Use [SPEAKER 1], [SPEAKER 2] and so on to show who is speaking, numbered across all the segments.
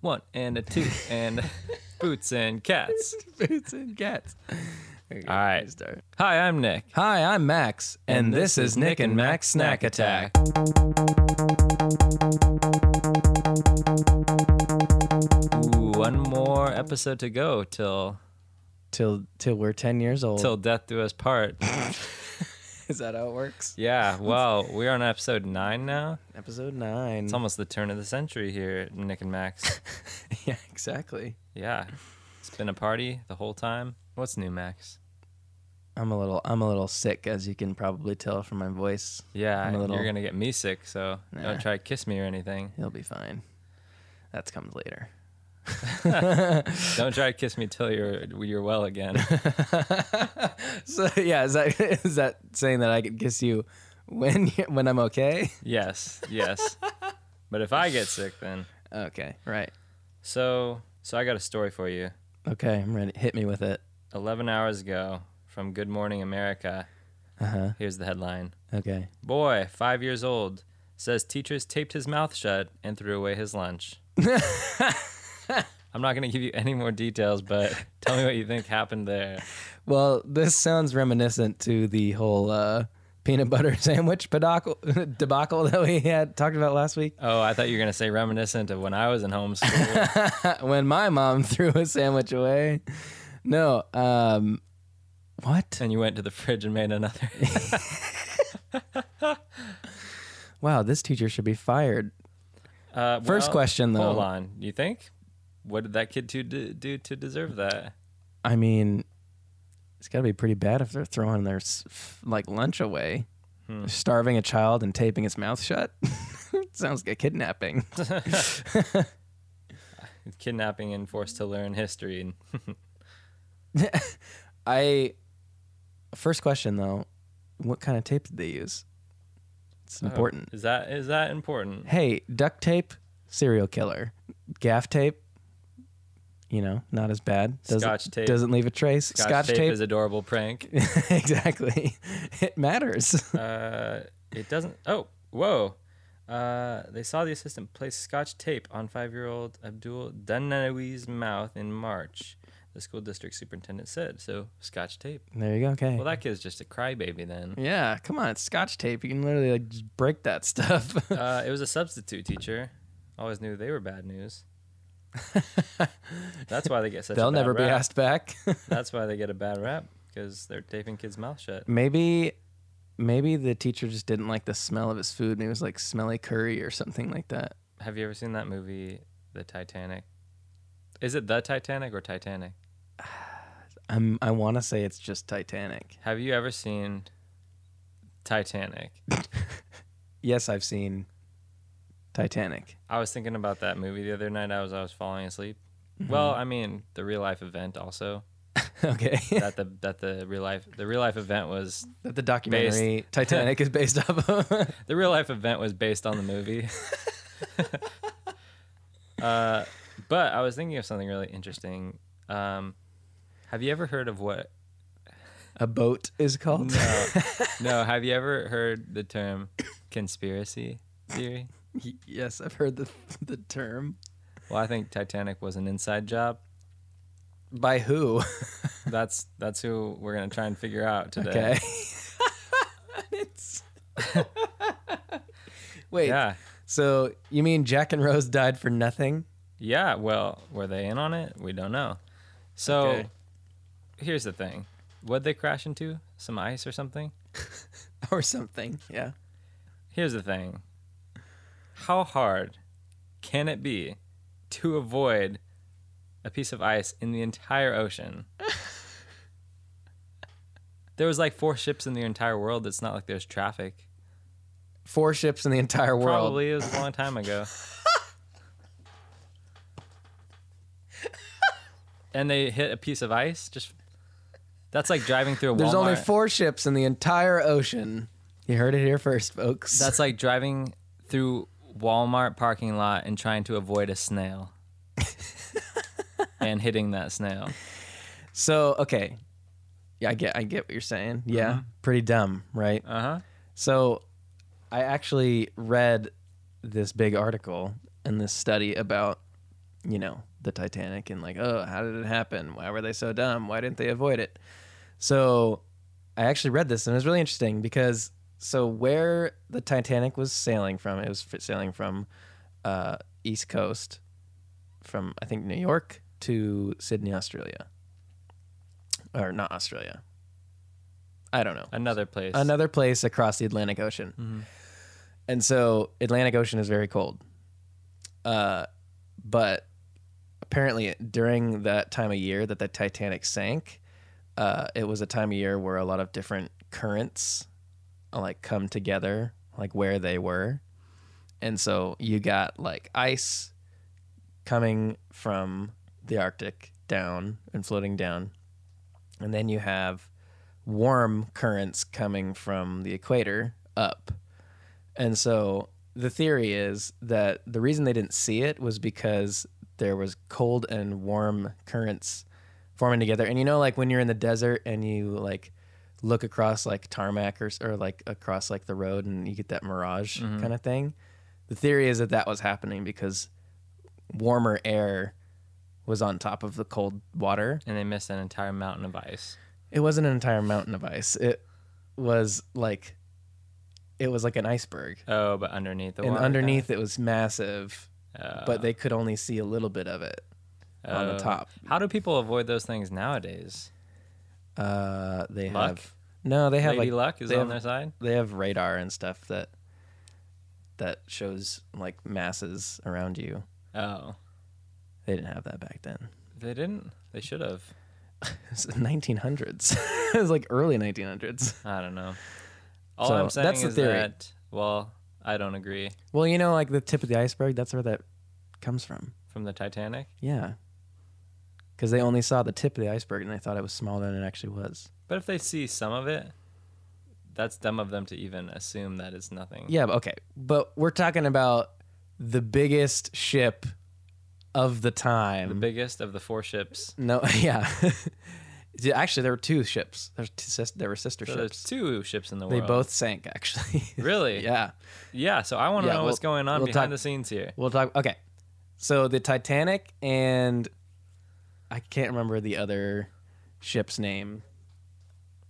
[SPEAKER 1] one and a two and boots and cats.
[SPEAKER 2] Boots and cats.
[SPEAKER 1] All right.
[SPEAKER 2] Start.
[SPEAKER 1] Hi, I'm Nick.
[SPEAKER 2] Hi, I'm Max, and, this, is Nick and Max Snack Attack.
[SPEAKER 1] Ooh, one more episode to go till
[SPEAKER 2] Till till we're ten years old.
[SPEAKER 1] till death do us part.
[SPEAKER 2] is that how it works?
[SPEAKER 1] Yeah. Well, we are on episode nine now.
[SPEAKER 2] Episode nine.
[SPEAKER 1] It's almost the turn of the century here at Nick and Max.
[SPEAKER 2] yeah, exactly.
[SPEAKER 1] Yeah. It's been a party the whole time. What's new, Max?
[SPEAKER 2] I'm a little I'm a little sick, as you can probably tell from my voice.
[SPEAKER 1] Yeah,
[SPEAKER 2] I'm a little-
[SPEAKER 1] you're gonna get me sick, so
[SPEAKER 2] Nah.
[SPEAKER 1] don't try to kiss me or anything.
[SPEAKER 2] He'll be fine. That's comes later.
[SPEAKER 1] Don't try to kiss me till you're you're well again.
[SPEAKER 2] So yeah, is that is that saying that I could kiss you when you- when I'm okay?
[SPEAKER 1] yes, yes. But if I get sick, then
[SPEAKER 2] Okay, right.
[SPEAKER 1] so so I got a story for you.
[SPEAKER 2] Okay, I'm ready. Hit me with it.
[SPEAKER 1] Eleven hours ago, from Good Morning America.
[SPEAKER 2] Uh huh.
[SPEAKER 1] Here's the headline:
[SPEAKER 2] Okay.
[SPEAKER 1] Boy, five years old, says teachers taped his mouth shut and threw away his lunch. I'm not gonna give you any more details, but tell me what you think happened there.
[SPEAKER 2] Well, this sounds reminiscent to the whole uh, peanut butter sandwich pedocle, debacle that we had talked about last week.
[SPEAKER 1] Oh, I thought you were gonna say reminiscent of when I was in homeschool.
[SPEAKER 2] when my mom threw a sandwich away. No, um, what?
[SPEAKER 1] and you went to the fridge and made another.
[SPEAKER 2] Wow, this teacher should be fired.
[SPEAKER 1] Uh,
[SPEAKER 2] First
[SPEAKER 1] well,
[SPEAKER 2] question, though.
[SPEAKER 1] Hold on. You think? What did that kid to do, do to deserve that?
[SPEAKER 2] I mean, it's got to be pretty bad if they're throwing their s- f- like lunch away,
[SPEAKER 1] Hmm.
[SPEAKER 2] starving a child and taping its mouth shut. Sounds like a kidnapping.
[SPEAKER 1] Kidnapping and forced to learn history. And
[SPEAKER 2] I first question though, what kind of tape did they use?
[SPEAKER 1] Oh.
[SPEAKER 2] It's important.
[SPEAKER 1] Is that is that important?
[SPEAKER 2] Hey, duct tape, serial killer. Gaff tape, you know, not as bad. Doesn't,
[SPEAKER 1] Scotch tape.
[SPEAKER 2] doesn't leave a trace.
[SPEAKER 1] Scotch, tape, is adorable prank.
[SPEAKER 2] exactly. It matters.
[SPEAKER 1] Uh, it doesn't. Oh, whoa. Uh, they saw the assistant place scotch tape on five-year-old Abdul Danawi's mouth in March. The school district superintendent said so. Scotch tape.
[SPEAKER 2] there you go. Okay.
[SPEAKER 1] Well, that kid's just a crybaby then.
[SPEAKER 2] yeah, come on, it's Scotch tape. You can literally like just break that stuff.
[SPEAKER 1] Uh, it was a substitute teacher. Always knew they were bad news. That's why they get such.
[SPEAKER 2] They'll
[SPEAKER 1] a bad
[SPEAKER 2] never be
[SPEAKER 1] rap.
[SPEAKER 2] asked back.
[SPEAKER 1] That's why they get a bad rap because they're taping kids' mouth shut.
[SPEAKER 2] maybe, maybe the teacher just didn't like the smell of his food, and it was like smelly curry or something like that.
[SPEAKER 1] Have you ever seen that movie, The Titanic? Is it The Titanic or Titanic?
[SPEAKER 2] I'm, Um, I want to say it's just Titanic.
[SPEAKER 1] Have you ever seen Titanic?
[SPEAKER 2] Yes, I've seen Titanic.
[SPEAKER 1] I was thinking about that movie the other night. I was I was falling asleep. Well, I mean the real life event also
[SPEAKER 2] Okay.
[SPEAKER 1] that the that the real life the real life event was
[SPEAKER 2] that the documentary Titanic is based off of.
[SPEAKER 1] The real life event was based on the movie. uh, but I was thinking of something really interesting. Um, have you ever heard of what?
[SPEAKER 2] a boat is called.
[SPEAKER 1] No, no. Have you ever heard the term conspiracy theory?
[SPEAKER 2] Y- yes, I've heard the the term.
[SPEAKER 1] Well, I think Titanic was an inside job.
[SPEAKER 2] By who?
[SPEAKER 1] That's that's who we're gonna try and figure out today.
[SPEAKER 2] Okay. it's Wait.
[SPEAKER 1] Yeah,
[SPEAKER 2] So you mean Jack and Rose died for nothing?
[SPEAKER 1] yeah. Well, were they in on it? We don't know. So,
[SPEAKER 2] Okay.
[SPEAKER 1] here's the thing: would they crash into some ice or something?
[SPEAKER 2] Or something. Yeah.
[SPEAKER 1] Here's the thing. How hard can it be to avoid a piece of ice in the entire ocean? there was like four ships in the entire world. It's not like there's traffic.
[SPEAKER 2] Four ships in the entire world.
[SPEAKER 1] Probably it was a long time ago. and they hit a piece of ice. Just that's like driving through a
[SPEAKER 2] There's
[SPEAKER 1] Walmart.
[SPEAKER 2] only four ships in the entire ocean. You heard it here first, folks.
[SPEAKER 1] That's like driving through Walmart parking lot and trying to avoid a snail and hitting that snail.
[SPEAKER 2] so okay. Yeah, I get I get what you're saying. Yeah. Pretty dumb, right?
[SPEAKER 1] Uh huh.
[SPEAKER 2] So I actually read this big article and this study about you know, the Titanic and like, oh, how did it happen? Why were they so dumb? Why didn't they avoid it? So I actually read this and it was really interesting because so where the Titanic was sailing from, it was f- sailing from uh, East Coast, from I think New York to Sydney, Australia, or not Australia. I don't know
[SPEAKER 1] Another place.
[SPEAKER 2] another place across the Atlantic Ocean. And so Atlantic Ocean is very cold. Uh, but apparently during that time of year that the Titanic sank, uh, it was a time of year where a lot of different currents uh, like come together, like where they were. And so you got like ice coming from the Arctic down and floating down. And then you have warm currents coming from the equator up. And so the theory is that the reason they didn't see it was because there was cold and warm currents forming together. And you know like when you're in the desert and you like look across like tarmac or, s- or like across like the road and you get that mirage kind of thing. The theory is that that was happening because warmer air was on top of the cold water
[SPEAKER 1] and they missed an entire mountain of ice.
[SPEAKER 2] it wasn't an entire mountain of ice. It was like it was like an iceberg.
[SPEAKER 1] Oh, but underneath the
[SPEAKER 2] and
[SPEAKER 1] water.
[SPEAKER 2] underneath it was massive,
[SPEAKER 1] uh,
[SPEAKER 2] but they could only see a little bit of it on the
[SPEAKER 1] oh.
[SPEAKER 2] top.
[SPEAKER 1] How do people avoid those things nowadays?
[SPEAKER 2] Uh they
[SPEAKER 1] Luck?
[SPEAKER 2] have No, they have
[SPEAKER 1] Lady
[SPEAKER 2] like
[SPEAKER 1] Luck is
[SPEAKER 2] they
[SPEAKER 1] on
[SPEAKER 2] have-
[SPEAKER 1] their side.
[SPEAKER 2] they have radar and stuff that that shows like masses around you.
[SPEAKER 1] Oh,
[SPEAKER 2] They didn't have that back then.
[SPEAKER 1] they didn't. They should have.
[SPEAKER 2] It was the 1900s. it was like early 1900s.
[SPEAKER 1] I don't know. All
[SPEAKER 2] So,
[SPEAKER 1] I'm saying
[SPEAKER 2] that's the
[SPEAKER 1] is
[SPEAKER 2] theory.
[SPEAKER 1] that well, I don't agree.
[SPEAKER 2] Well, you know like the tip of the iceberg, that's where that comes from.
[SPEAKER 1] From the Titanic,
[SPEAKER 2] Yeah. Because they only saw the tip of the iceberg and they thought it was smaller than it actually was.
[SPEAKER 1] but if they see some of it, that's dumb of them to even assume that it's nothing.
[SPEAKER 2] Yeah, but okay. But we're talking about the biggest ship of the time.
[SPEAKER 1] The biggest of the four ships.
[SPEAKER 2] no, yeah. Yeah, actually, there were two ships. There's two sis- there were sister
[SPEAKER 1] So there's
[SPEAKER 2] ships.
[SPEAKER 1] two ships in the
[SPEAKER 2] They
[SPEAKER 1] world.
[SPEAKER 2] both sank, actually.
[SPEAKER 1] Really?
[SPEAKER 2] yeah.
[SPEAKER 1] Yeah. So I want to
[SPEAKER 2] Yeah,
[SPEAKER 1] know what's
[SPEAKER 2] we'll-
[SPEAKER 1] going on
[SPEAKER 2] we'll
[SPEAKER 1] behind
[SPEAKER 2] talk-
[SPEAKER 1] the scenes here.
[SPEAKER 2] We'll talk. Okay. So the Titanic and I can't remember the other ship's name.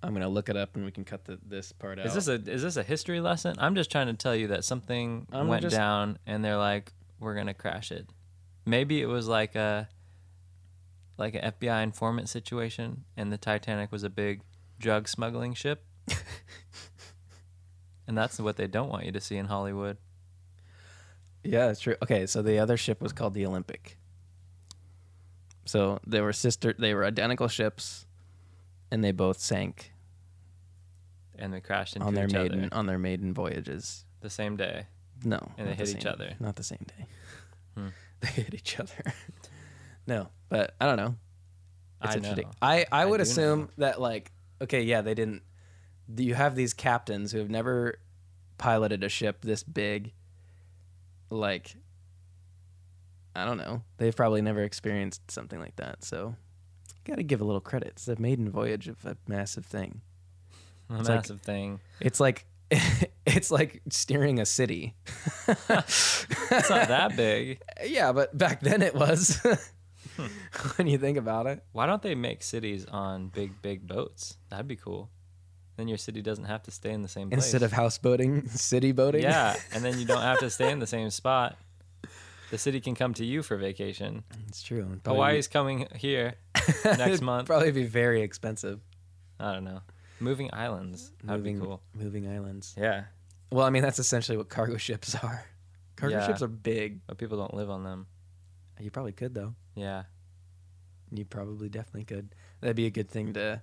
[SPEAKER 2] I'm going to look it up and we can cut the, this part out.
[SPEAKER 1] Is this a is this a history lesson? I'm just trying to tell you that something
[SPEAKER 2] I'm
[SPEAKER 1] went
[SPEAKER 2] just-
[SPEAKER 1] down and they're like, we're gonna crash it. Maybe it was like a like an FBI informant situation, and the Titanic was a big drug smuggling ship, and that's what they don't want you to see in Hollywood.
[SPEAKER 2] Yeah, that's true. Okay, so the other ship was called the Olympic. So they were sister they were identical ships and they both sank
[SPEAKER 1] And they crashed into
[SPEAKER 2] on their
[SPEAKER 1] each
[SPEAKER 2] maiden
[SPEAKER 1] other
[SPEAKER 2] on their maiden voyages.
[SPEAKER 1] the same day.
[SPEAKER 2] No.
[SPEAKER 1] And they
[SPEAKER 2] not the
[SPEAKER 1] hit each
[SPEAKER 2] same-
[SPEAKER 1] other.
[SPEAKER 2] Not the same day.
[SPEAKER 1] Hmm.
[SPEAKER 2] They hit each other. no, but I don't know. It's
[SPEAKER 1] I
[SPEAKER 2] interesting.
[SPEAKER 1] know.
[SPEAKER 2] I, I
[SPEAKER 1] I
[SPEAKER 2] would
[SPEAKER 1] do
[SPEAKER 2] assume that like okay, yeah, they didn't you have these captains who have never piloted a ship this big like I don't know. They've probably never experienced something like that. So got to give a little credit. It's the maiden voyage of a massive thing.
[SPEAKER 1] A
[SPEAKER 2] it's like-
[SPEAKER 1] massive thing.
[SPEAKER 2] It's like it's like steering a city.
[SPEAKER 1] It's not that big.
[SPEAKER 2] yeah, but back then it was. when you think about it.
[SPEAKER 1] Why don't they make cities on big, big boats? That'd be cool. Then your city doesn't have to stay in the same place.
[SPEAKER 2] Instead of houseboating, city boating.
[SPEAKER 1] yeah, and then you don't have to stay in the same spot. The city can come to you for vacation.
[SPEAKER 2] It's true. It'd probably be-
[SPEAKER 1] Hawaii's coming here next
[SPEAKER 2] It'd
[SPEAKER 1] month.
[SPEAKER 2] Probably be very expensive.
[SPEAKER 1] I don't know. Moving islands. That'd
[SPEAKER 2] moving
[SPEAKER 1] be cool.
[SPEAKER 2] moving islands.
[SPEAKER 1] Yeah,
[SPEAKER 2] Well, I mean that's essentially what cargo ships are. Cargo
[SPEAKER 1] Yeah.
[SPEAKER 2] ships are big.
[SPEAKER 1] but people don't live on them.
[SPEAKER 2] You probably could though.
[SPEAKER 1] Yeah,
[SPEAKER 2] You probably definitely could. That'd be a good thing to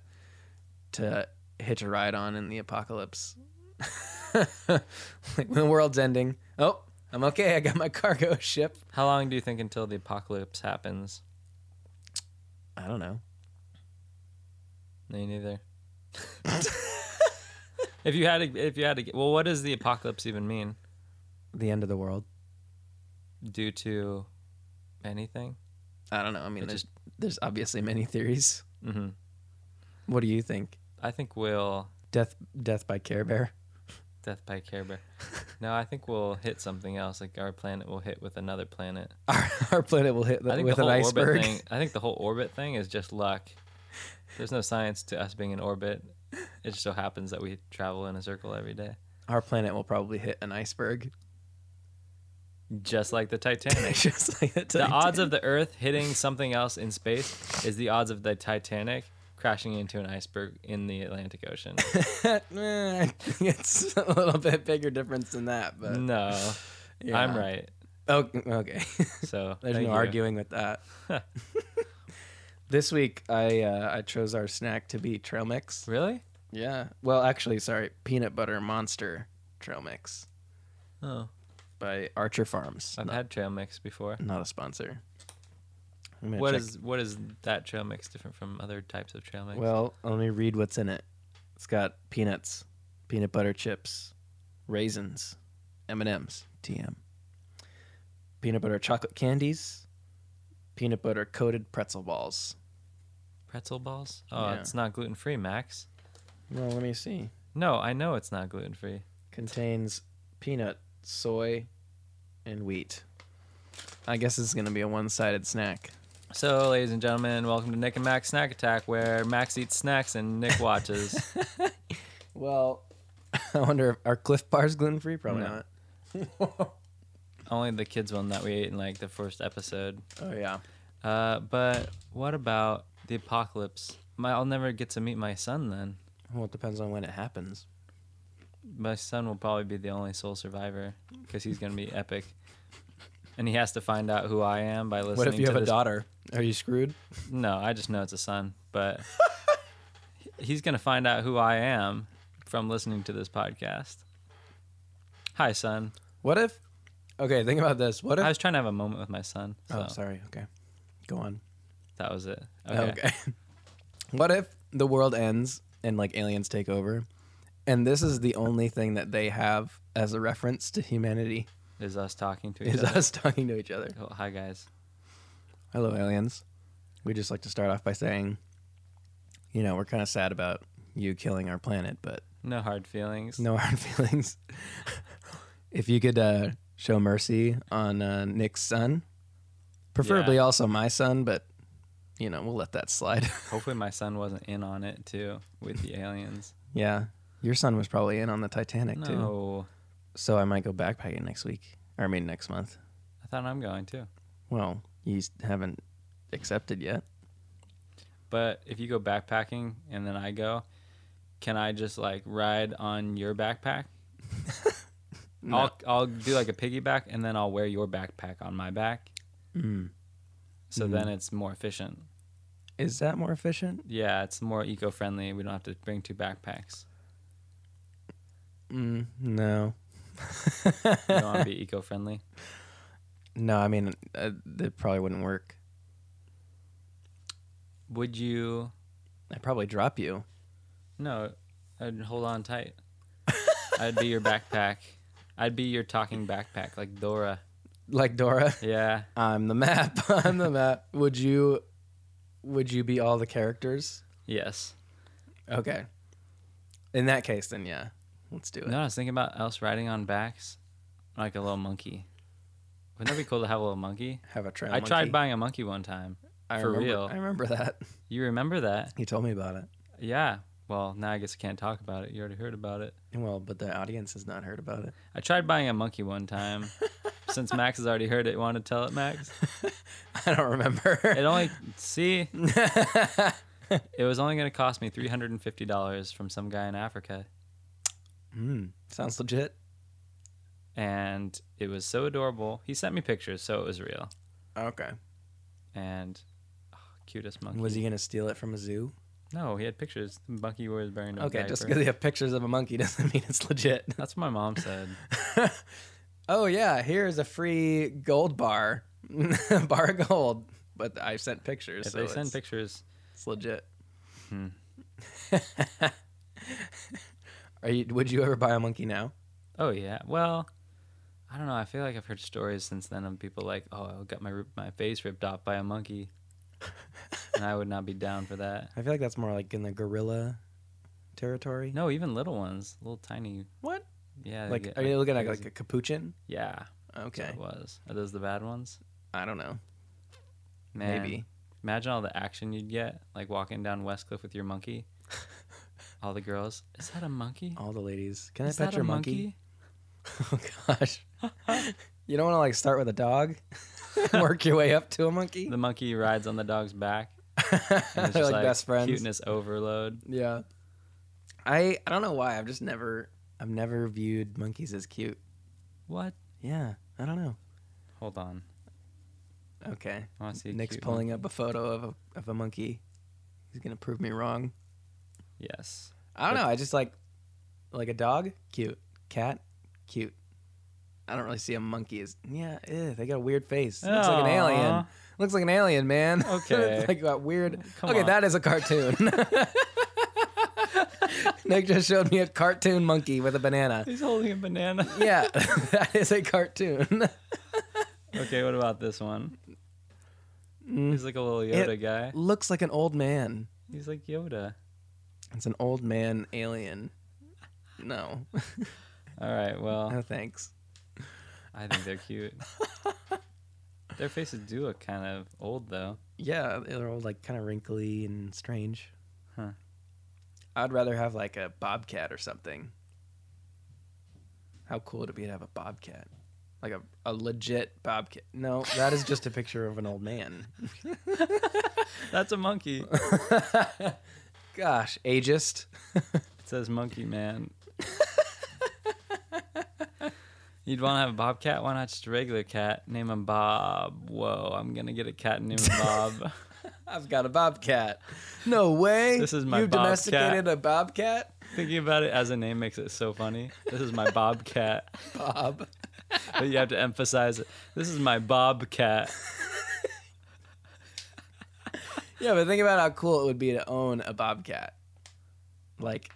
[SPEAKER 2] to hitch a ride on in the apocalypse. like when the world's ending. Oh, I'm okay. I got my cargo ship.
[SPEAKER 1] How long do you think until the apocalypse happens?
[SPEAKER 2] I don't know.
[SPEAKER 1] Me neither. if you had to, if you had to, get- well, what does the apocalypse even mean?
[SPEAKER 2] The end of the world.
[SPEAKER 1] Due to anything?
[SPEAKER 2] I don't know. I mean,
[SPEAKER 1] It
[SPEAKER 2] there's, there's obviously many theories.
[SPEAKER 1] hmm
[SPEAKER 2] What do you think?
[SPEAKER 1] I think we'll
[SPEAKER 2] Death death by Care Bear.
[SPEAKER 1] Death by Care Bear. No, I think we'll hit something else. Like our planet will hit with another planet.
[SPEAKER 2] Our, our planet will hit
[SPEAKER 1] I think
[SPEAKER 2] with
[SPEAKER 1] the
[SPEAKER 2] an
[SPEAKER 1] whole
[SPEAKER 2] iceberg.
[SPEAKER 1] orbit thing. I think the whole orbit thing is just luck. There's no science to us being in orbit. It just so happens that we travel in a circle every day,
[SPEAKER 2] Our planet will probably hit an iceberg.
[SPEAKER 1] just like the Titanic.
[SPEAKER 2] Just like the
[SPEAKER 1] the odds
[SPEAKER 2] Titanic.
[SPEAKER 1] of the Earth hitting something else in space is the odds of the Titanic crashing into an iceberg in the Atlantic Ocean.
[SPEAKER 2] Eh, I think it's a little bit bigger difference than that, but
[SPEAKER 1] no,
[SPEAKER 2] yeah.
[SPEAKER 1] I'm right.
[SPEAKER 2] Oh, okay.
[SPEAKER 1] So
[SPEAKER 2] There's
[SPEAKER 1] thank you.
[SPEAKER 2] no arguing with that. this week, I uh, I chose our snack to be trail mix.
[SPEAKER 1] Really?
[SPEAKER 2] Yeah. Well, actually, sorry, peanut butter monster trail mix
[SPEAKER 1] Oh,
[SPEAKER 2] by Archer Farms.
[SPEAKER 1] I've
[SPEAKER 2] Not,
[SPEAKER 1] had trail mix before.
[SPEAKER 2] not a sponsor. I'm gonna
[SPEAKER 1] What
[SPEAKER 2] check-
[SPEAKER 1] is what is that trail mix different from other types of trail mix?
[SPEAKER 2] Well, let me read what's in it. It's got peanuts, peanut butter chips, raisins, M&Ms, TM. Peanut butter chocolate candies, peanut butter coated pretzel balls.
[SPEAKER 1] Pretzel balls? Oh,
[SPEAKER 2] Yeah.
[SPEAKER 1] it's not gluten free, Max.
[SPEAKER 2] Well, let me see.
[SPEAKER 1] No, I know it's not gluten free.
[SPEAKER 2] Contains peanut, soy, and wheat. I guess it's going to be a one-sided snack.
[SPEAKER 1] So, ladies and gentlemen, welcome to Nick and Max Snack Attack, where Max eats snacks and Nick watches.
[SPEAKER 2] Well, I wonder if are Cliff Bars gluten-free? Probably
[SPEAKER 1] No.
[SPEAKER 2] not.
[SPEAKER 1] Only the kids one that we ate in like the first episode.
[SPEAKER 2] Oh yeah.
[SPEAKER 1] Uh, but what about the apocalypse? My, I'll never get to meet my son then.
[SPEAKER 2] Well, it depends on when it happens.
[SPEAKER 1] My son will probably be the only sole survivor because he's gonna be epic, and he has to find out who I am by listening.
[SPEAKER 2] What if you
[SPEAKER 1] to
[SPEAKER 2] have a
[SPEAKER 1] this
[SPEAKER 2] daughter? Are you screwed?
[SPEAKER 1] No, I just know it's a son, but he's going to find out who I am from listening to this podcast. Hi, son.
[SPEAKER 2] What if? Okay, think about this. What if?
[SPEAKER 1] I was trying to have a moment with my son. So
[SPEAKER 2] oh, sorry. Okay, go on.
[SPEAKER 1] that was it.
[SPEAKER 2] Okay. what if the world ends and like aliens take over, and this is the only thing that they have as a reference to humanity
[SPEAKER 1] Is us talking to each
[SPEAKER 2] is
[SPEAKER 1] other.
[SPEAKER 2] us talking to each other.
[SPEAKER 1] Oh, hi, guys.
[SPEAKER 2] Hello, aliens. We just like to start off by saying, you know, we're kind of sad about you killing our planet, but
[SPEAKER 1] No hard feelings.
[SPEAKER 2] no hard feelings. if you could uh, show mercy on uh, Nick's son, preferably
[SPEAKER 1] Yeah.
[SPEAKER 2] also my son, but you know we'll let that slide.
[SPEAKER 1] Hopefully, my son wasn't in on it too with the aliens.
[SPEAKER 2] yeah, your son was probably in on the Titanic too,
[SPEAKER 1] No.
[SPEAKER 2] so I might go backpacking next week. Or I mean next month.
[SPEAKER 1] I thought I'm going too.
[SPEAKER 2] Well, you s- haven't accepted yet.
[SPEAKER 1] But if you go backpacking and then I go, can I just like ride on your backpack? I'll I'll do like a piggyback and then I'll wear your backpack on my back.
[SPEAKER 2] Mm.
[SPEAKER 1] So then it's more efficient.
[SPEAKER 2] Is that more efficient?
[SPEAKER 1] Yeah, it's more eco friendly. We don't have to bring two backpacks.
[SPEAKER 2] Mm, no,
[SPEAKER 1] You don't want to be eco friendly.
[SPEAKER 2] no. I mean, uh, it probably wouldn't work.
[SPEAKER 1] Would you?
[SPEAKER 2] I'd probably drop you.
[SPEAKER 1] No, I'd hold on tight. I'd be your backpack. I'd be your talking backpack, like Dora.
[SPEAKER 2] Like Dora.
[SPEAKER 1] Yeah.
[SPEAKER 2] I'm the map. I'm the map. Would you would you be all the characters?
[SPEAKER 1] Yes.
[SPEAKER 2] Okay. In that case then yeah. Let's do it.
[SPEAKER 1] No, I was thinking about us riding on backs, like a little monkey. Wouldn't that be cool to have a little monkey?
[SPEAKER 2] Have a trail
[SPEAKER 1] I tried
[SPEAKER 2] monkey.
[SPEAKER 1] buying a monkey one time.
[SPEAKER 2] I
[SPEAKER 1] for
[SPEAKER 2] remember,
[SPEAKER 1] real.
[SPEAKER 2] I remember that.
[SPEAKER 1] You remember that?
[SPEAKER 2] You told me about it.
[SPEAKER 1] Yeah. Well, now I guess I can't talk about it. You already heard about it.
[SPEAKER 2] Well, but the audience has not heard about it.
[SPEAKER 1] I tried buying a monkey one time. Since Max has already heard it, want to tell it, Max?
[SPEAKER 2] I don't remember.
[SPEAKER 1] It only see. It was only going to cost me three hundred and fifty dollars from some guy in Africa,
[SPEAKER 2] Mm, sounds legit.
[SPEAKER 1] and it was so adorable. He sent me pictures, so it was real.
[SPEAKER 2] Okay.
[SPEAKER 1] And oh, cutest monkey.
[SPEAKER 2] Was he gonna steal it from a zoo?
[SPEAKER 1] No, he had pictures. The monkey was wearing a
[SPEAKER 2] Okay, just
[SPEAKER 1] diaper.
[SPEAKER 2] because you have pictures of a monkey doesn't mean it's legit.
[SPEAKER 1] That's what my mom said.
[SPEAKER 2] oh yeah, here is a free gold bar, bar of gold. But I sent pictures.
[SPEAKER 1] If
[SPEAKER 2] so
[SPEAKER 1] they
[SPEAKER 2] it's-
[SPEAKER 1] send Hmm. pictures,
[SPEAKER 2] It's legit. Are you? Would you ever buy a monkey now?
[SPEAKER 1] oh yeah. Well, I don't know. I feel like I've heard stories since then of people like, oh, I got my rib- my face ripped off by a monkey, and I would not be down for that.
[SPEAKER 2] I feel like that's more like in the gorilla territory.
[SPEAKER 1] No, even little ones, little tiny.
[SPEAKER 2] What?
[SPEAKER 1] Yeah.
[SPEAKER 2] Like,
[SPEAKER 1] yeah,
[SPEAKER 2] are you looking at
[SPEAKER 1] crazy.
[SPEAKER 2] like a capuchin?
[SPEAKER 1] Yeah. that's what
[SPEAKER 2] Okay,
[SPEAKER 1] It was. Are those the bad ones?
[SPEAKER 2] I don't know.
[SPEAKER 1] Man,
[SPEAKER 2] Maybe.
[SPEAKER 1] Imagine all the action you'd get, like walking down Westcliff with your monkey. all the girls. Is that a monkey?
[SPEAKER 2] All the ladies, Oh, can
[SPEAKER 1] Is
[SPEAKER 2] I
[SPEAKER 1] that
[SPEAKER 2] pet
[SPEAKER 1] a
[SPEAKER 2] your monkey? Oh gosh, you don't want to like start with a dog, work your way up to a monkey.
[SPEAKER 1] The monkey rides on the dog's back. And
[SPEAKER 2] They're
[SPEAKER 1] it's just
[SPEAKER 2] like, best friends.
[SPEAKER 1] Cuteness overload.
[SPEAKER 2] Yeah. I I don't know why. I've just never I've never viewed monkeys as cute.
[SPEAKER 1] What?
[SPEAKER 2] Yeah, I don't know.
[SPEAKER 1] Hold on.
[SPEAKER 2] Okay.
[SPEAKER 1] I want to see. a
[SPEAKER 2] Nick's
[SPEAKER 1] cute
[SPEAKER 2] pulling
[SPEAKER 1] monkey.
[SPEAKER 2] up a photo of a of a monkey. He's gonna prove me wrong.
[SPEAKER 1] Yes.
[SPEAKER 2] I don't
[SPEAKER 1] But-
[SPEAKER 2] know. I just like like a dog, cute. Cat, cute. I don't really see a monkey as yeah. Ew, they got a weird face. Looks like an alien.
[SPEAKER 1] Aw.
[SPEAKER 2] Looks like an alien, man.
[SPEAKER 1] Okay.
[SPEAKER 2] like got weird.
[SPEAKER 1] Come
[SPEAKER 2] okay,
[SPEAKER 1] on.
[SPEAKER 2] that is a cartoon. Nick just showed me a cartoon monkey with a banana.
[SPEAKER 1] He's holding a banana.
[SPEAKER 2] yeah, that is a cartoon.
[SPEAKER 1] okay, what about this one? He's like a little
[SPEAKER 2] It-
[SPEAKER 1] Yoda guy.
[SPEAKER 2] Looks like an old man.
[SPEAKER 1] He's like Yoda.
[SPEAKER 2] It's an old man alien. No,
[SPEAKER 1] All right, well,
[SPEAKER 2] no thanks.
[SPEAKER 1] I think they're cute. Their faces do look kind of old, though.
[SPEAKER 2] Yeah, they're all like kind of wrinkly and strange.
[SPEAKER 1] Huh.
[SPEAKER 2] I'd rather have like a bobcat or something. How cool would it be to have a bobcat? Like a, a legit bobcat. No, that is just a picture of an old man.
[SPEAKER 1] That's a monkey. It
[SPEAKER 2] Gosh, ageist.
[SPEAKER 1] says Monkey Man. You'd want to have a bobcat? Why not just a regular cat? Name him Bob. Whoa, I'm going to get a cat and name him Bob.
[SPEAKER 2] I've got a bobcat. No way.
[SPEAKER 1] This is my
[SPEAKER 2] You
[SPEAKER 1] bobcat.
[SPEAKER 2] domesticated a bobcat?
[SPEAKER 1] Thinking about it as a name makes it so funny. This is my bobcat.
[SPEAKER 2] Bob.
[SPEAKER 1] But you have to emphasize it. This is my bobcat.
[SPEAKER 2] Yeah, but think about how cool it would be to own a bobcat. Like,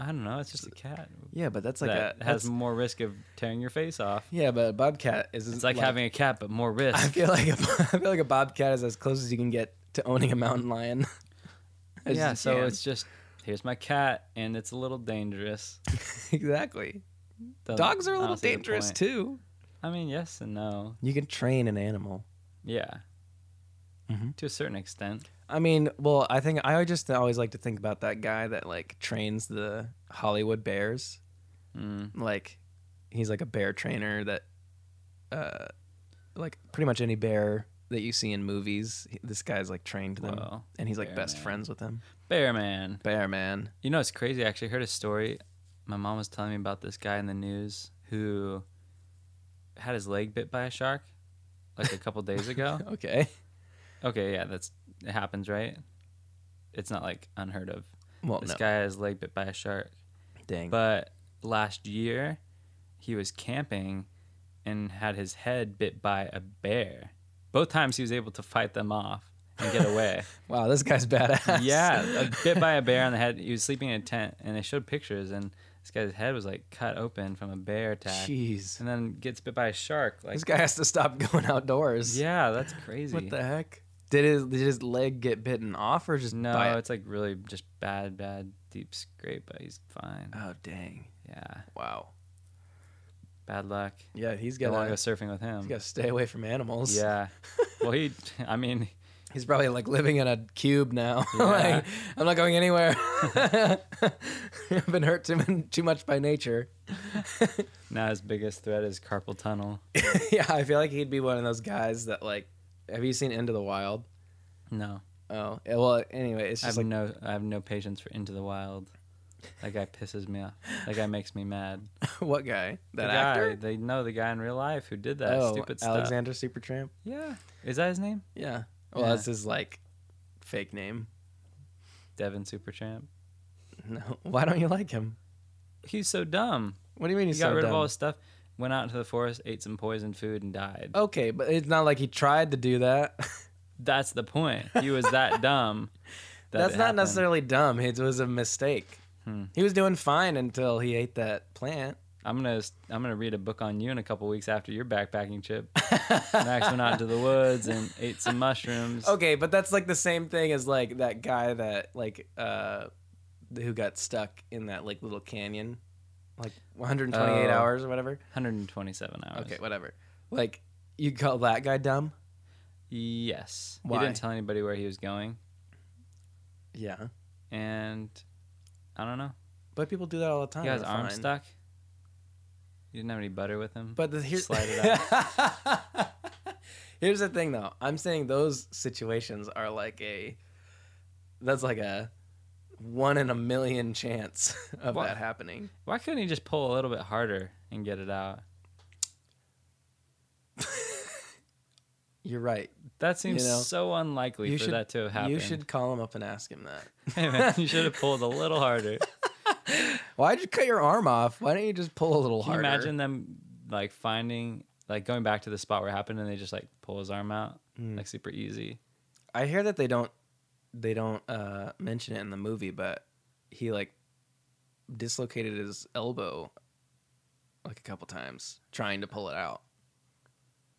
[SPEAKER 1] I don't know. It's just a cat.
[SPEAKER 2] yeah, but that's like
[SPEAKER 1] that
[SPEAKER 2] a
[SPEAKER 1] has
[SPEAKER 2] that's-
[SPEAKER 1] more risk of tearing your face off.
[SPEAKER 2] yeah, but a bobcat is
[SPEAKER 1] It's like, having a cat, but more risk.
[SPEAKER 2] I feel like a, I feel like a bobcat is as close as you can get to owning a mountain lion. As
[SPEAKER 1] yeah,
[SPEAKER 2] you
[SPEAKER 1] so
[SPEAKER 2] can.
[SPEAKER 1] it's just here's my cat, and it's a little dangerous.
[SPEAKER 2] exactly.
[SPEAKER 1] Though
[SPEAKER 2] Dogs are a
[SPEAKER 1] I
[SPEAKER 2] little
[SPEAKER 1] don't see the
[SPEAKER 2] dangerous
[SPEAKER 1] point.
[SPEAKER 2] too.
[SPEAKER 1] I mean, yes and no.
[SPEAKER 2] You can train an animal.
[SPEAKER 1] Yeah,
[SPEAKER 2] Mhm.
[SPEAKER 1] to a certain extent.
[SPEAKER 2] I mean, well, I think I just always like to think about that guy that like trains the Hollywood bears.
[SPEAKER 1] Mm.
[SPEAKER 2] like he's like a bear trainer that uh like pretty much any bear that you see in movies he- this guy's like trained them
[SPEAKER 1] Whoa.
[SPEAKER 2] and he's like
[SPEAKER 1] Bear
[SPEAKER 2] best
[SPEAKER 1] man.
[SPEAKER 2] friends with them
[SPEAKER 1] Bear man.
[SPEAKER 2] bear man
[SPEAKER 1] You know, it's crazy. I actually heard a story. My mom was telling me about this guy in the news who had his leg bit by a shark, like a couple days ago.
[SPEAKER 2] okay
[SPEAKER 1] Okay, yeah, that's it happens, right? It's not like unheard of.
[SPEAKER 2] well
[SPEAKER 1] this
[SPEAKER 2] Oh, no
[SPEAKER 1] guy has leg bit by a shark.
[SPEAKER 2] dang
[SPEAKER 1] But last year, he was camping and had his head bit by a bear. Both times he was able to fight them off and get away.
[SPEAKER 2] wow this guy's badass
[SPEAKER 1] yeah, a bit by a bear on the head. He was sleeping in a tent, and they showed pictures, and this guy's head was like cut open from a bear attack,
[SPEAKER 2] jeez
[SPEAKER 1] and then gets bit by a shark. Like,
[SPEAKER 2] this guy has to stop going outdoors
[SPEAKER 1] yeah, that's crazy.
[SPEAKER 2] what the heck did his did his leg get bitten off or just
[SPEAKER 1] no,
[SPEAKER 2] by it?
[SPEAKER 1] it's like really just bad, bad deep scrape, but he's fine.
[SPEAKER 2] oh dang
[SPEAKER 1] Yeah,
[SPEAKER 2] wow
[SPEAKER 1] bad luck.
[SPEAKER 2] yeah he's
[SPEAKER 1] Don't want to
[SPEAKER 2] gonna
[SPEAKER 1] go surfing with him.
[SPEAKER 2] he's gotta stay away from animals
[SPEAKER 1] Yeah. Well, he, I mean,
[SPEAKER 2] He's probably like living in a cube now.
[SPEAKER 1] Yeah.
[SPEAKER 2] like, I'm not going anywhere. I've been hurt too, mon- too much by nature.
[SPEAKER 1] now his biggest threat is carpal tunnel.
[SPEAKER 2] yeah, I feel like he'd be one of those guys that like. Have you seen Into the Wild?
[SPEAKER 1] No,
[SPEAKER 2] Oh, yeah, well. Anyway, it's
[SPEAKER 1] I have
[SPEAKER 2] just like
[SPEAKER 1] no, I have no patience for Into the Wild. That guy pisses me off. That guy makes me mad.
[SPEAKER 2] what guy?
[SPEAKER 1] the
[SPEAKER 2] That
[SPEAKER 1] guy,
[SPEAKER 2] actor?
[SPEAKER 1] they know the guy in real life who did that
[SPEAKER 2] oh,
[SPEAKER 1] stupid stuff.
[SPEAKER 2] Alexander Supertramp.
[SPEAKER 1] Yeah, is that his name?
[SPEAKER 2] Yeah. Well,
[SPEAKER 1] Yeah.
[SPEAKER 2] that's his like fake name.
[SPEAKER 1] Devin Supertramp.
[SPEAKER 2] No. Why don't you like him?
[SPEAKER 1] He's so dumb.
[SPEAKER 2] What do you mean
[SPEAKER 1] He
[SPEAKER 2] he's
[SPEAKER 1] got
[SPEAKER 2] so
[SPEAKER 1] rid
[SPEAKER 2] dumb?
[SPEAKER 1] of all his stuff. Went out into the forest, ate some poison food, and died.
[SPEAKER 2] Okay, but it's not like he tried to do that.
[SPEAKER 1] That's the point. He was that dumb. that
[SPEAKER 2] That's
[SPEAKER 1] it
[SPEAKER 2] not
[SPEAKER 1] happened.
[SPEAKER 2] necessarily dumb. It was a mistake.
[SPEAKER 1] Hmm.
[SPEAKER 2] He was doing fine until he ate that plant.
[SPEAKER 1] I'm gonna I'm gonna read a book on you in a couple weeks after your backpacking trip. Max went out into the woods and ate some mushrooms.
[SPEAKER 2] Okay, but that's like the same thing as like that guy that like uh who got stuck in that like little canyon like 128
[SPEAKER 1] Oh.
[SPEAKER 2] hours or whatever.
[SPEAKER 1] 127 hours.
[SPEAKER 2] Okay, whatever. Like you call that guy dumb?
[SPEAKER 1] Yes.
[SPEAKER 2] Why?
[SPEAKER 1] He didn't tell anybody where he was going,
[SPEAKER 2] Yeah,
[SPEAKER 1] and I don't know.
[SPEAKER 2] but people do that all the time.
[SPEAKER 1] He got his
[SPEAKER 2] They're
[SPEAKER 1] arm
[SPEAKER 2] fine.
[SPEAKER 1] stuck. He didn't have any butter with him.
[SPEAKER 2] But the, here's
[SPEAKER 1] Slide it
[SPEAKER 2] here's the thing though. I'm saying those situations are like a that's like a one in a million chance of
[SPEAKER 1] Why-
[SPEAKER 2] that happening.
[SPEAKER 1] Why couldn't he just pull a little bit harder and get it out?
[SPEAKER 2] You're right.
[SPEAKER 1] That seems
[SPEAKER 2] know,
[SPEAKER 1] so unlikely
[SPEAKER 2] you
[SPEAKER 1] for
[SPEAKER 2] should-
[SPEAKER 1] that to have happened.
[SPEAKER 2] You should call him up and ask him that.
[SPEAKER 1] Hey, man, you should have pulled a little harder.
[SPEAKER 2] Why'd you cut your arm off? Why don't you just pull a little
[SPEAKER 1] Can you
[SPEAKER 2] harder?
[SPEAKER 1] imagine them like finding like going back to the spot where it happened and they just like pull his arm out
[SPEAKER 2] Hmm.
[SPEAKER 1] like super easy.
[SPEAKER 2] I hear that they don't they don't uh, mention it in the movie, but he like dislocated his elbow like a couple times trying to pull it out.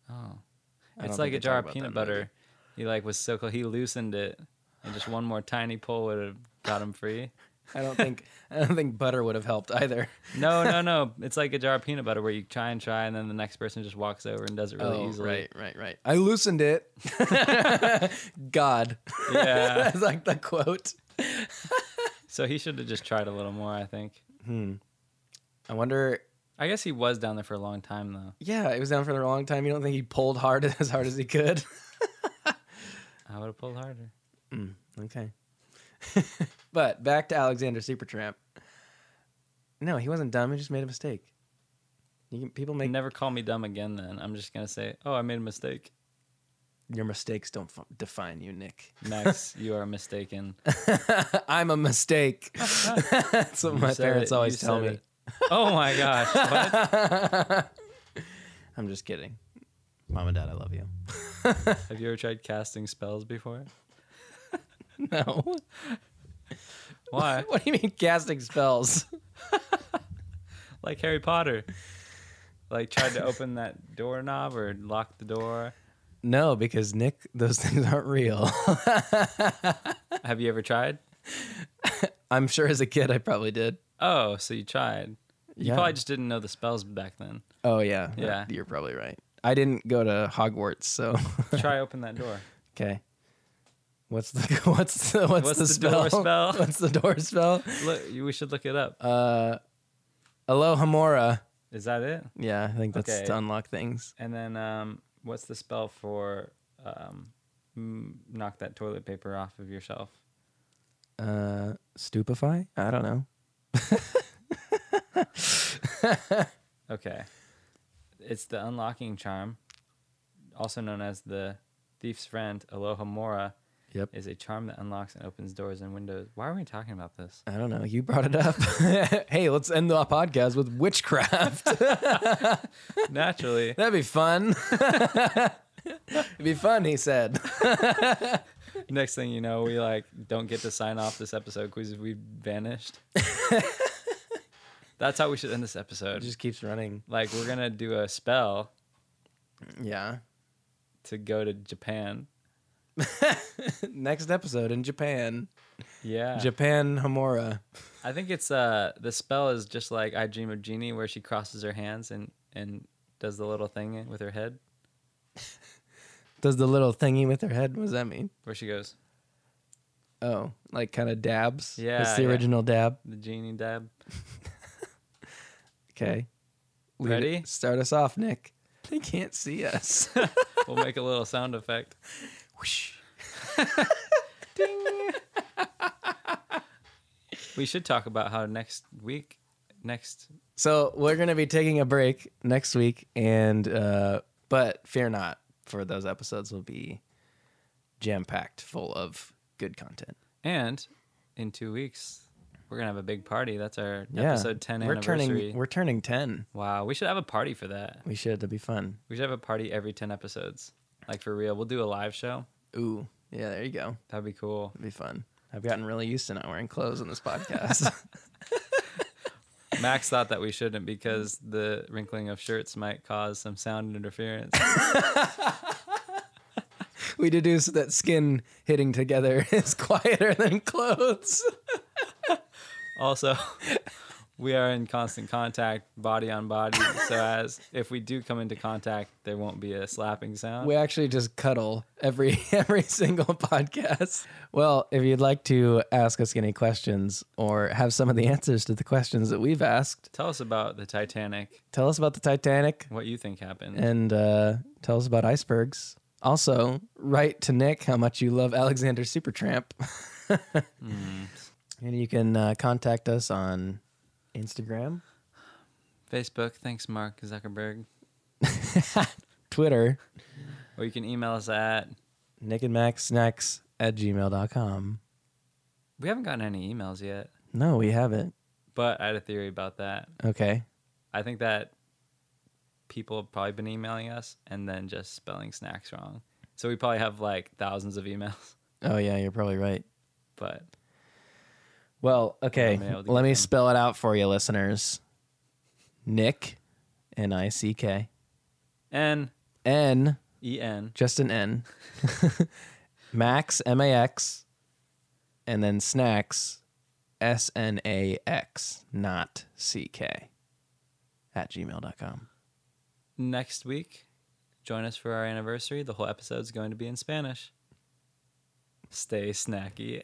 [SPEAKER 1] Oh.
[SPEAKER 2] I don't
[SPEAKER 1] It's like
[SPEAKER 2] think
[SPEAKER 1] a
[SPEAKER 2] they
[SPEAKER 1] jar
[SPEAKER 2] talk
[SPEAKER 1] of
[SPEAKER 2] about
[SPEAKER 1] peanut
[SPEAKER 2] that in the
[SPEAKER 1] butter. He like was so close. He loosened it and just one more tiny pull would have got him free.
[SPEAKER 2] I don't think I don't think butter would have helped either.
[SPEAKER 1] No, no, no. It's like a jar of peanut butter where you try and try and then the next person just walks over and does it really easily.
[SPEAKER 2] Oh, right, right, right. I loosened it. God,
[SPEAKER 1] Yeah.
[SPEAKER 2] that's like the quote.
[SPEAKER 1] so he should have just tried a little more, I think.
[SPEAKER 2] Hmm. I wonder.
[SPEAKER 1] I guess he was down there for a long time though.
[SPEAKER 2] Yeah, it was down for a long time. You don't think he pulled hard as hard as he could?
[SPEAKER 1] I would have pulled harder.
[SPEAKER 2] Okay. but back to Alexander Supertramp. No, he wasn't dumb. He just made a mistake. You can, people make
[SPEAKER 1] Never call me dumb again then. I'm just gonna say, Oh, I made a mistake.
[SPEAKER 2] your mistakes don't f- define you, Nick.
[SPEAKER 1] Max, you are mistaken.
[SPEAKER 2] I'm a mistake. That's what
[SPEAKER 1] You
[SPEAKER 2] my
[SPEAKER 1] said
[SPEAKER 2] parents
[SPEAKER 1] it.
[SPEAKER 2] always
[SPEAKER 1] You
[SPEAKER 2] tell
[SPEAKER 1] said
[SPEAKER 2] me.
[SPEAKER 1] it. Oh my gosh. What?
[SPEAKER 2] I'm just kidding. Mom and Dad, I love you.
[SPEAKER 1] Have you ever tried casting spells before?
[SPEAKER 2] No.
[SPEAKER 1] Why?
[SPEAKER 2] What do you mean casting spells?
[SPEAKER 1] like Harry Potter. Like tried to open that doorknob or lock the door.
[SPEAKER 2] No, because Nick, those things aren't real.
[SPEAKER 1] Have you ever tried?
[SPEAKER 2] I'm sure as a kid I probably did.
[SPEAKER 1] Oh, so you tried. You
[SPEAKER 2] Yeah.
[SPEAKER 1] probably just didn't know the spells back then.
[SPEAKER 2] Oh yeah.
[SPEAKER 1] Yeah.
[SPEAKER 2] You're probably right. I didn't go to Hogwarts, so
[SPEAKER 1] Try open that door.
[SPEAKER 2] Okay. What's the what's the what's,
[SPEAKER 1] What's
[SPEAKER 2] the,
[SPEAKER 1] the
[SPEAKER 2] spell?
[SPEAKER 1] door spell?
[SPEAKER 2] What's the door spell? Uh,
[SPEAKER 1] Look, you- we should look it up.
[SPEAKER 2] Alohomora.
[SPEAKER 1] Is that it?
[SPEAKER 2] Yeah, I think that's
[SPEAKER 1] Okay.
[SPEAKER 2] to unlock things.
[SPEAKER 1] And then um, what's the spell for um, mm, knock that toilet paper off of your shelf?
[SPEAKER 2] Uh, stupefy. I don't know.
[SPEAKER 1] Okay. It's the unlocking charm, also known as the thief's friend, Aloha Mora,
[SPEAKER 2] Yep.
[SPEAKER 1] is a charm that unlocks and opens doors and windows. Why are we talking about this?
[SPEAKER 2] I don't know. You brought it up. hey, let's end the podcast with witchcraft.
[SPEAKER 1] Naturally.
[SPEAKER 2] That'd be fun. It'd be fun, he said.
[SPEAKER 1] Next thing you know, we like don't get to sign off this episode because we vanished. That's how we should end this
[SPEAKER 2] It
[SPEAKER 1] episode.
[SPEAKER 2] just keeps running.
[SPEAKER 1] like we're gonna do a spell
[SPEAKER 2] Yeah.
[SPEAKER 1] to go to Japan.
[SPEAKER 2] Next episode in Japan.
[SPEAKER 1] Yeah.
[SPEAKER 2] Japan Homura.
[SPEAKER 1] I think it's uh the spell is just like I Dream of Genie where she crosses her hands and and does the little thing with her head
[SPEAKER 2] Does the little thingy with her head? What does that mean?
[SPEAKER 1] where she goes
[SPEAKER 2] Oh, like kind of dabs.
[SPEAKER 1] Yeah,
[SPEAKER 2] It's the
[SPEAKER 1] yeah.
[SPEAKER 2] original dab.
[SPEAKER 1] the genie dab.
[SPEAKER 2] Okay. Lead
[SPEAKER 1] Ready?
[SPEAKER 2] it- Start us off, Nick. They can't see us.
[SPEAKER 1] We'll make a little sound effect.
[SPEAKER 2] Whoosh.
[SPEAKER 1] We should talk about how next week, next
[SPEAKER 2] so we're gonna be taking a break next week, and uh, but fear not, for those episodes will be jam packed, full of good content.
[SPEAKER 1] and in two weeks, we're gonna have a big party. That's our
[SPEAKER 2] Yeah.
[SPEAKER 1] episode ten
[SPEAKER 2] We're
[SPEAKER 1] anniversary.
[SPEAKER 2] turning. We're turning ten.
[SPEAKER 1] wow, we should have a party for that.
[SPEAKER 2] We should. That'd be fun.
[SPEAKER 1] We should have a party every ten episodes, like for real. We'll do a live show.
[SPEAKER 2] Ooh. Yeah. There you go.
[SPEAKER 1] That'd be cool.
[SPEAKER 2] That'd be fun. I've gotten really used to not wearing clothes on this podcast.
[SPEAKER 1] Max thought that we shouldn't because the wrinkling of shirts might cause some sound interference.
[SPEAKER 2] we deduce that skin hitting together is quieter than clothes.
[SPEAKER 1] also, we are in constant contact, body on body. So as if we do come into contact, there won't be a slapping sound.
[SPEAKER 2] We actually just cuddle every every single podcast. Well, if you'd like to ask us any questions or have some of the answers to the questions that we've asked,
[SPEAKER 1] Tell us about the Titanic.
[SPEAKER 2] tell us about the Titanic
[SPEAKER 1] What you think happened?
[SPEAKER 2] and uh, tell us about icebergs. Also, write to Nick how much you love Alexander Supertramp. And you can uh, contact us on Instagram,
[SPEAKER 1] Facebook. Thanks, Mark Zuckerberg.
[SPEAKER 2] Twitter,
[SPEAKER 1] Or you can email us at.
[SPEAKER 2] Nick and Max Snacks at gmail.com.
[SPEAKER 1] We haven't gotten any emails yet,
[SPEAKER 2] No, we haven't.
[SPEAKER 1] but I had a theory about that.
[SPEAKER 2] Okay.
[SPEAKER 1] I think that people have probably been emailing us and then just spelling snacks wrong. So we probably have like thousands of emails,
[SPEAKER 2] Oh, yeah, you're probably right.
[SPEAKER 1] but
[SPEAKER 2] Well, okay.
[SPEAKER 1] I'm able to
[SPEAKER 2] Let
[SPEAKER 1] get
[SPEAKER 2] me
[SPEAKER 1] them.
[SPEAKER 2] spell it out for you, listeners. Nick, N I C K.
[SPEAKER 1] N
[SPEAKER 2] N,
[SPEAKER 1] E N
[SPEAKER 2] just an N. Max, M A X. And then snacks, S N A X, not C K, at gmail.com.
[SPEAKER 1] next week. Join us for our anniversary. The whole episode's going to be in Spanish. Stay snacky.